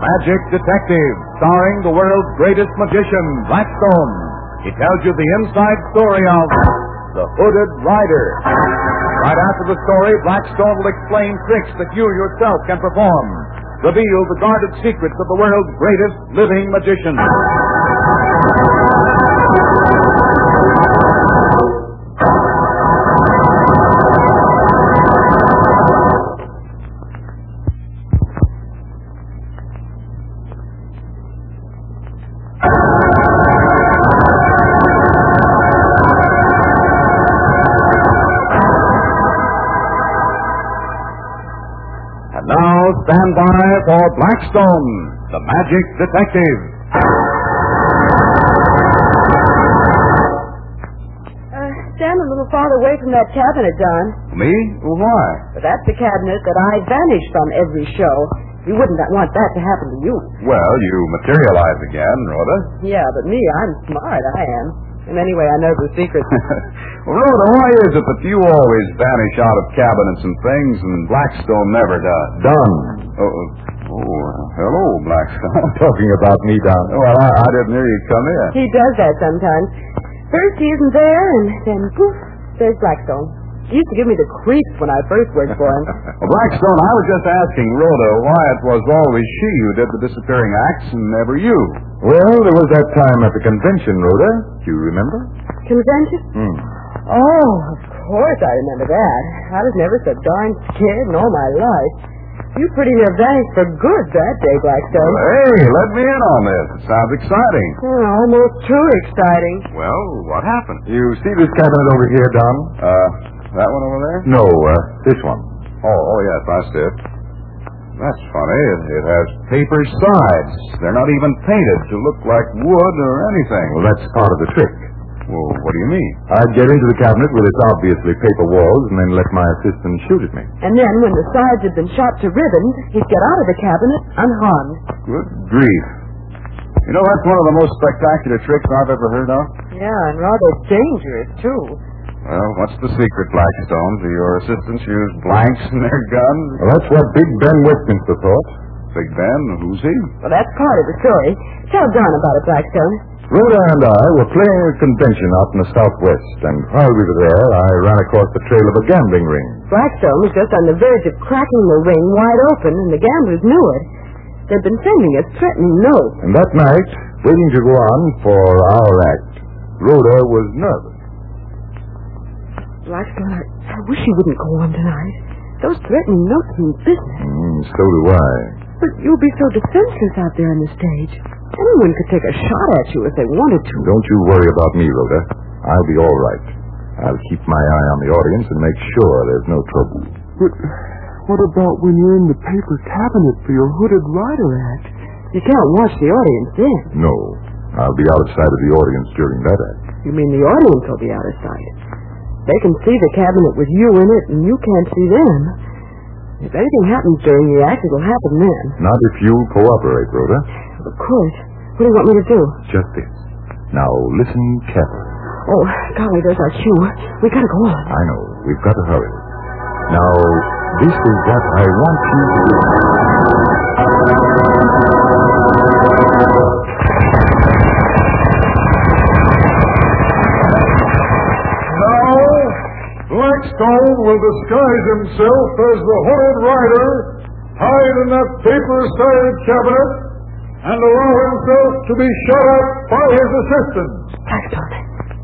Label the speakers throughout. Speaker 1: Magic Detective, starring the world's greatest magician, Blackstone. He tells you the inside story of the Hooded Rider. Right after the story, Blackstone will explain tricks that you yourself can perform, reveal the guarded secrets of the world's greatest living magician. And now stand by for Blackstone, the Magic Detective.
Speaker 2: Uh, stand a little farther away from that cabinet, Don.
Speaker 1: Me? Why?
Speaker 2: But that's the cabinet that I vanish from every show. You wouldn't want that to happen to you.
Speaker 1: Well, you materialize again, Rhoda.
Speaker 2: Yeah, but me, I'm smart, I am. And anyway, I know the secret.
Speaker 1: well, Rhoda, why is it that you always vanish out of cabinets and things, and Blackstone never does? Done. Oh, oh hello, Blackstone. Talking about me, Don. Well, I, I didn't hear you come in.
Speaker 2: he does that sometimes. First he isn't there, and then poof, there's Blackstone. He used to give me the creeps when I first worked for him.
Speaker 1: Well, Blackstone, I was just asking Rhoda why it was always she who did the disappearing acts and never you. Well, there was that time at the convention, Rhoda. Do you remember?
Speaker 2: Convention?
Speaker 1: Hmm.
Speaker 2: Oh, of course I remember that. I was never so darn scared in all my life. You pretty near vanished for good that day, Blackstone.
Speaker 1: Hey, let me in on this. It sounds exciting.
Speaker 2: Oh, almost too exciting.
Speaker 1: Well, what happened? You see this cabinet over here, Don? Uh, that one over there? No, uh, this one. Oh, oh yes, I see it. That's funny. It, it has paper sides. They're not even painted to look like wood or anything. Well, that's part of the trick. Well, what do you mean? I'd get into the cabinet with its obviously paper walls and then let my assistant shoot at me.
Speaker 2: And then, when the sides had been shot to ribbons, he'd get out of the cabinet unharmed.
Speaker 1: Good grief. You know, that's one of the most spectacular tricks I've ever heard of.
Speaker 2: Yeah, and rather dangerous, too.
Speaker 1: Well, what's the secret, Blackstone? Do your assistants use blanks in their guns? Well, that's what Big Ben Westminster thought. Big Ben? Who's he?
Speaker 2: Well, that's part of the story. Tell Don about it, Blackstone.
Speaker 1: Rhoda and I were playing a convention out in the southwest, and while we were there, I ran across the trail of a gambling ring.
Speaker 2: Blackstone was just on the verge of cracking the ring wide open, and the gamblers knew it. They'd been sending us threatening notes.
Speaker 1: And that night, waiting to go on for our act, Rhoda was nervous.
Speaker 2: Blackstone, I, I wish you wouldn't go on tonight. Those threatening notes mean business.
Speaker 1: so do I.
Speaker 2: But you'll be so defenseless out there on the stage. Anyone could take a shot at you if they wanted to.
Speaker 1: Don't you worry about me, Rhoda. I'll be all right. I'll keep my eye on the audience and make sure there's no trouble.
Speaker 3: But what about when you're in the paper cabinet for your hooded rider act?
Speaker 2: You can't watch the audience then.
Speaker 1: No. I'll be outside of the audience during that act.
Speaker 2: You mean the audience will be out of sight? They can see the cabinet with you in it, and you can't see them. If anything happens during the act, it'll happen then.
Speaker 1: Not if you'll cooperate, Rhoda.
Speaker 2: Of course. What do you want me to do?
Speaker 1: Just this. Now, listen carefully.
Speaker 2: Oh, golly, there's our cue. We gotta go on.
Speaker 1: I know. We've got to hurry. Now, this is what I want you to do. Now, Blackstone will disguise himself as the Hooded Rider, hide in that paper-sided cabinet, and allow himself to be shot at by his assistants.
Speaker 2: Blackstone,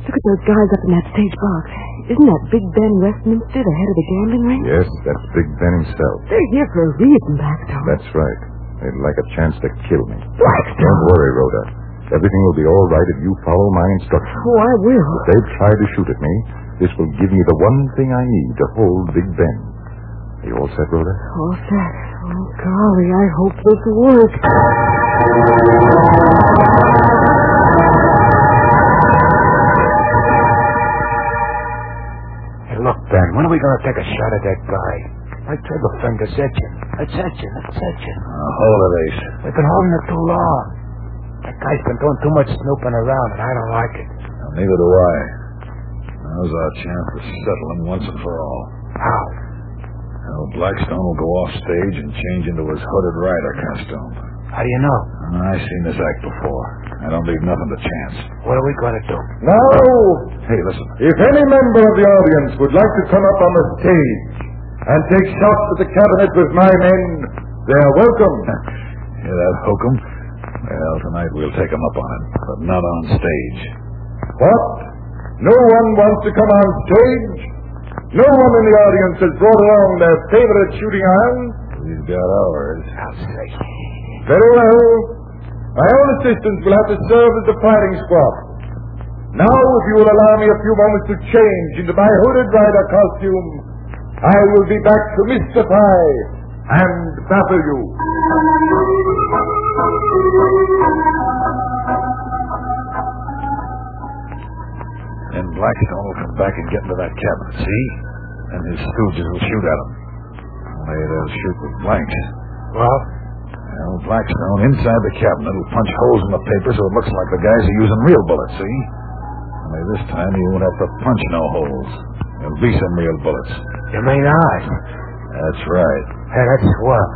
Speaker 2: look at those guys up in that stage box. Isn't that Big Ben Westminster the head of the gambling ring?
Speaker 1: Yes, that's Big Ben himself.
Speaker 2: They're here for a reason, Blackstone.
Speaker 1: That's right. They'd like a chance to kill me.
Speaker 2: Blackstone!
Speaker 1: Don't worry, Rhoda. Everything will be all right if you follow my instructions.
Speaker 2: Oh, I will.
Speaker 1: If they try to shoot at me, this will give me the one thing I need to hold Big Ben. Are you all set, Rhoda?
Speaker 2: All set. Oh, golly, I hope this works.
Speaker 4: Hey, look, Ben, when are we going to take a shot at that guy? My trigger finger's itching. It's itching. It's itching.
Speaker 1: hold of this.
Speaker 4: We've been holding it too long. That guy's been doing too much snooping around, and I don't like it.
Speaker 1: neither do I. Now's our chance to settle him once and for all.
Speaker 4: How?
Speaker 1: Now, Blackstone will go off stage and change into his hooded rider costume.
Speaker 4: How do you know?
Speaker 1: I've seen this act before. I don't leave nothing to chance.
Speaker 4: What are we going to do?
Speaker 1: Now, hey, listen. If any member of the audience would like to come up on the stage and take shots at the cabinet with my men, they're welcome. Hear that, Hokum? Well, tonight we'll take them up on it, but not on stage. What? No one wants to come on stage? No one in the audience has brought along their favorite shooting iron? We've got ours.
Speaker 4: I'll say.
Speaker 1: Very well. My own assistants will have to serve as the firing squad. Now, if you will allow me a few moments to change into my hooded rider costume, I will be back to mystify and baffle you. Then Blackstone will come back and get into that cabinet, see? And his stooges will shoot at him. Only they'll shoot with blanks.
Speaker 4: Well,
Speaker 1: Well, Blackstone, inside the cabinet, will punch holes in the paper so it looks like the guys are using real bullets, see? Only this time he won't have to punch no holes. There'll be some real bullets.
Speaker 4: you may not.
Speaker 1: That's right.
Speaker 4: Hey, that's swell.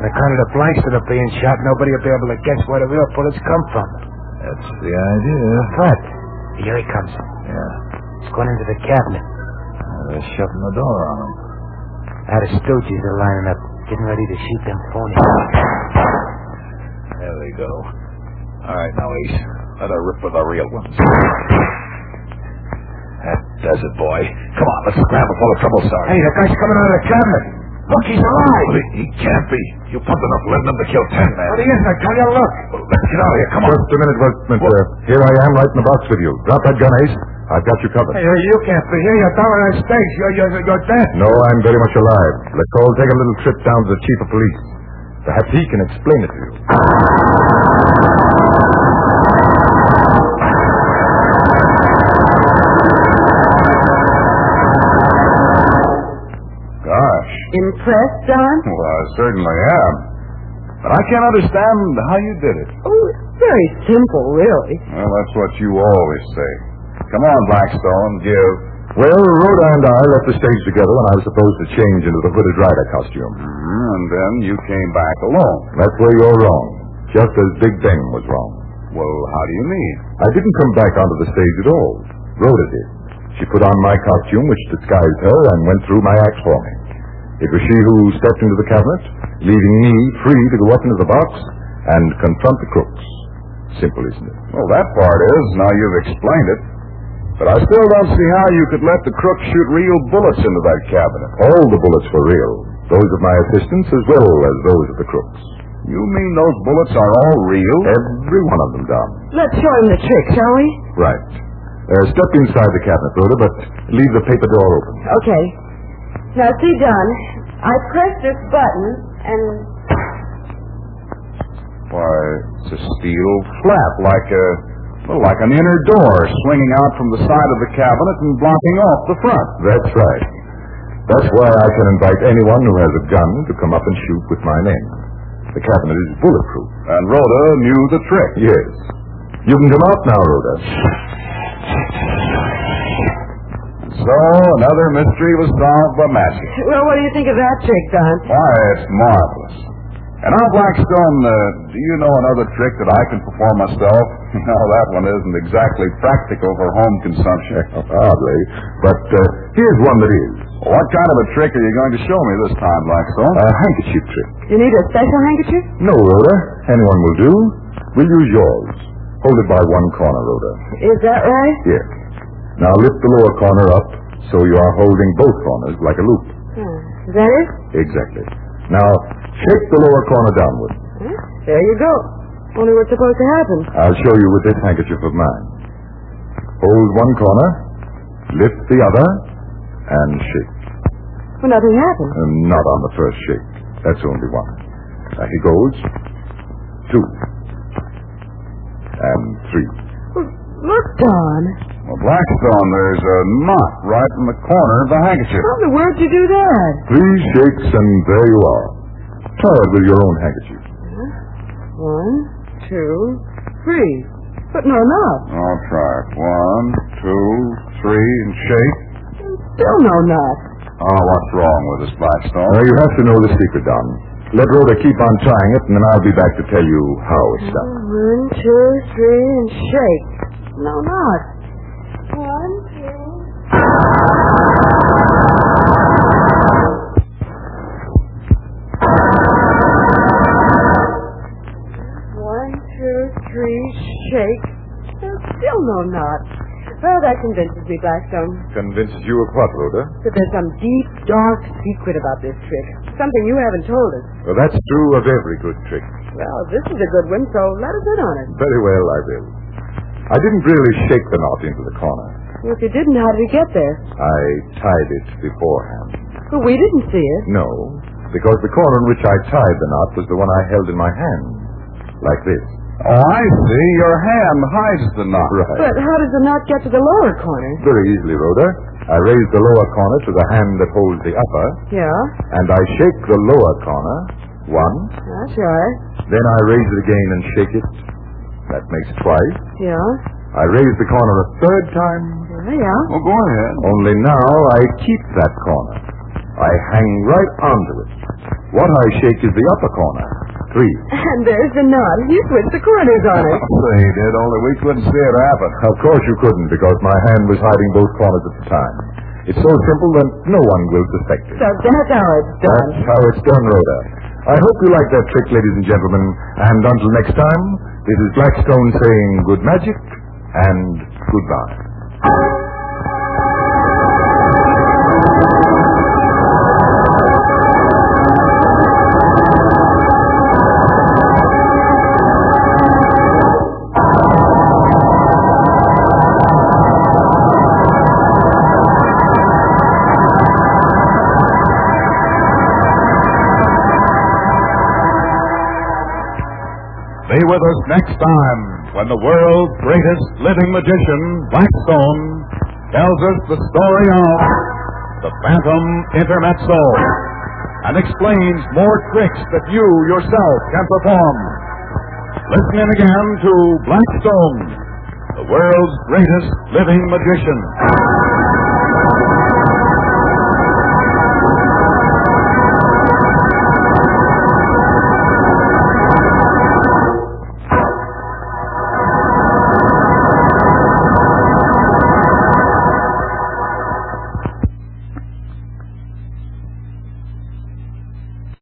Speaker 4: On account of the blanks that are being shot, nobody will be able to guess where the real bullets come from.
Speaker 1: That's the idea.
Speaker 4: But, here he comes.
Speaker 1: Yeah. Uh,
Speaker 4: He's going into the cabinet.
Speaker 1: They're shutting the door on him.
Speaker 4: Now the stooges are lining up, getting ready to shoot them phonies.
Speaker 1: There they go. All right, now, Ace. Let her rip with the real ones. That does it, boy. Come on, let's scramble before the trouble starts.
Speaker 4: Hey, the guy's coming out of the cabinet. Look, he's alive.
Speaker 1: Well, he, he can't be. You pumped enough lead in him to kill ten men.
Speaker 4: But he isn't. I tell you, look.
Speaker 1: Well, Let's get out of here. Come on.
Speaker 5: Just a minute, Westminster. Here I am, right in the box with you. Drop that gun, Ace. I've got you covered.
Speaker 4: Hey, hey, you can't be here. You're down in that stage. You're, you're, you're dead.
Speaker 5: No, I'm very much alive. Let's all take a little trip down to the chief of police. Perhaps he can explain it to you.
Speaker 1: Gosh.
Speaker 2: Impressed, Don?
Speaker 1: Well, I certainly am. But I can't understand how you did it.
Speaker 2: Oh, it's very simple, really.
Speaker 1: Well, that's what you always say. Come on, Blackstone. Give.
Speaker 5: Well, Rhoda and I left the stage together when I was supposed to change into the hooded rider costume.
Speaker 1: Mhm, And then you came back alone.
Speaker 5: That's where you're wrong. Just as Big Ben was wrong.
Speaker 1: Well, how do you mean?
Speaker 5: I didn't come back onto the stage at all. Rhoda did. She put on my costume, which disguised her, and went through my act for me. It was she who stepped into the cabinet, leaving me free to go up into the box and confront the crooks. Simple, isn't it?
Speaker 1: Well, that part is. Now you've explained it. But I still don't see how you could let the crook shoot real bullets into that cabinet.
Speaker 5: All the bullets were real, those of my assistants as well as those of the crooks.
Speaker 1: You mean those bullets are all real?
Speaker 5: Every one of them, Don.
Speaker 2: Let's show him the trick, shall we?
Speaker 5: Right. Uh, step inside the cabinet, Rhoda, but leave the paper door open.
Speaker 2: Okay. Now, see, Don, I press this button and.
Speaker 1: Why, it's a steel flap, like a well, like an inner door swinging out from the side of the cabinet and blocking off the front.
Speaker 5: That's right. That's why I can invite anyone who has a gun to come up and shoot with my name. The cabinet is bulletproof.
Speaker 1: And Rhoda knew the trick.
Speaker 5: Yes. You can come out now, Rhoda.
Speaker 1: So another mystery was solved by magic.
Speaker 2: Well, what do you think of that trick, Don?
Speaker 1: Why, it's marvelous. And now, Blackstone, uh, do you know another trick that I can perform myself? no, that one isn't exactly practical for home consumption.
Speaker 5: Hardly. But uh, here's one that is.
Speaker 1: What kind of a trick are you going to show me this time, Blackstone?
Speaker 5: A handkerchief trick.
Speaker 2: You need a special handkerchief?
Speaker 5: No, Rhoda. Anyone will do. We'll use yours. Hold it by one corner, Rhoda.
Speaker 2: Is that right?
Speaker 5: Here. Now lift the lower corner up so you are holding both corners like a loop.
Speaker 2: Hmm. Is that it?
Speaker 5: Exactly. Now, shake the lower corner downward.
Speaker 2: Huh? Hmm? There you go. Only what's supposed to happen.
Speaker 5: I'll show you with this handkerchief of mine. Hold one corner, lift the other, and shake.
Speaker 2: Well, nothing happened.
Speaker 5: Uh, not on the first shake. That's only one. Uh, he goes. Two. And three.
Speaker 2: Look, Don.
Speaker 1: Well, Blackstone, there's a knot right in the corner of the handkerchief.
Speaker 2: How in the world you do that?
Speaker 5: Three shakes, and there you are. Try it with your own handkerchief.
Speaker 2: One, two, three. But no, no.
Speaker 1: I'll try. One, two, three, and shake.
Speaker 2: Still no knot.
Speaker 1: Oh, Ah, what's wrong with us, Blackstone?
Speaker 5: Uh, Now, you have to know the secret, Don. Let Rhoda keep on trying it, and then I'll be back to tell you how it stopped.
Speaker 2: One, two, three, and shake. No, not.
Speaker 6: One, two.
Speaker 2: One, two, three, shake. There's still no knot. Well, that convinces me, Blackstone,
Speaker 1: Convinces you of what, Rhoda?
Speaker 2: that there's some deep, dark secret about this trick. Something you haven't told us.
Speaker 1: Well, that's true of every good trick.
Speaker 2: Well, this is a good one, so let us in on it.
Speaker 1: Very well, I will. I didn't really shake the knot into the corner.
Speaker 2: Well, if you didn't, how did we get there?
Speaker 1: I tied it beforehand.
Speaker 2: Well, we didn't see it.
Speaker 1: No, because the corner in which I tied the knot was the one I held in my hand. Like this. Oh, I see. Your hand hides the knot. Right.
Speaker 2: But how does the knot get to the lower corner?
Speaker 5: Very easily, Rhoda. I raise the lower corner to the hand that holds the upper,
Speaker 2: Yeah,
Speaker 5: and I shake the lower corner once.
Speaker 2: that's right.
Speaker 5: Then I raise it again and shake it. That makes twice.
Speaker 2: Yeah,
Speaker 5: I raise the corner a third time.
Speaker 2: yeah, yeah.
Speaker 1: Well, go ahead.
Speaker 5: Only now I keep that corner. I hang right onto it. What I shake is the upper corner. Three.
Speaker 2: And there's the knot. You switched the corners on it.
Speaker 1: Say, did only we couldn't see it happen.
Speaker 5: Of course you couldn't because my hand was hiding both corners at the time. It's so simple that no one will suspect it.
Speaker 2: So that's how it's done.
Speaker 5: That's how it's done, Rhoda. I hope you like that trick, ladies and gentlemen. And until next time, this is Blackstone saying good magic and goodbye.
Speaker 1: Be with us next time when the world's greatest living magician, Blackstone, tells us the story of the Phantom Intermezzo and explains more tricks that you yourself can perform. Listen in again to Blackstone, the world's greatest living magician.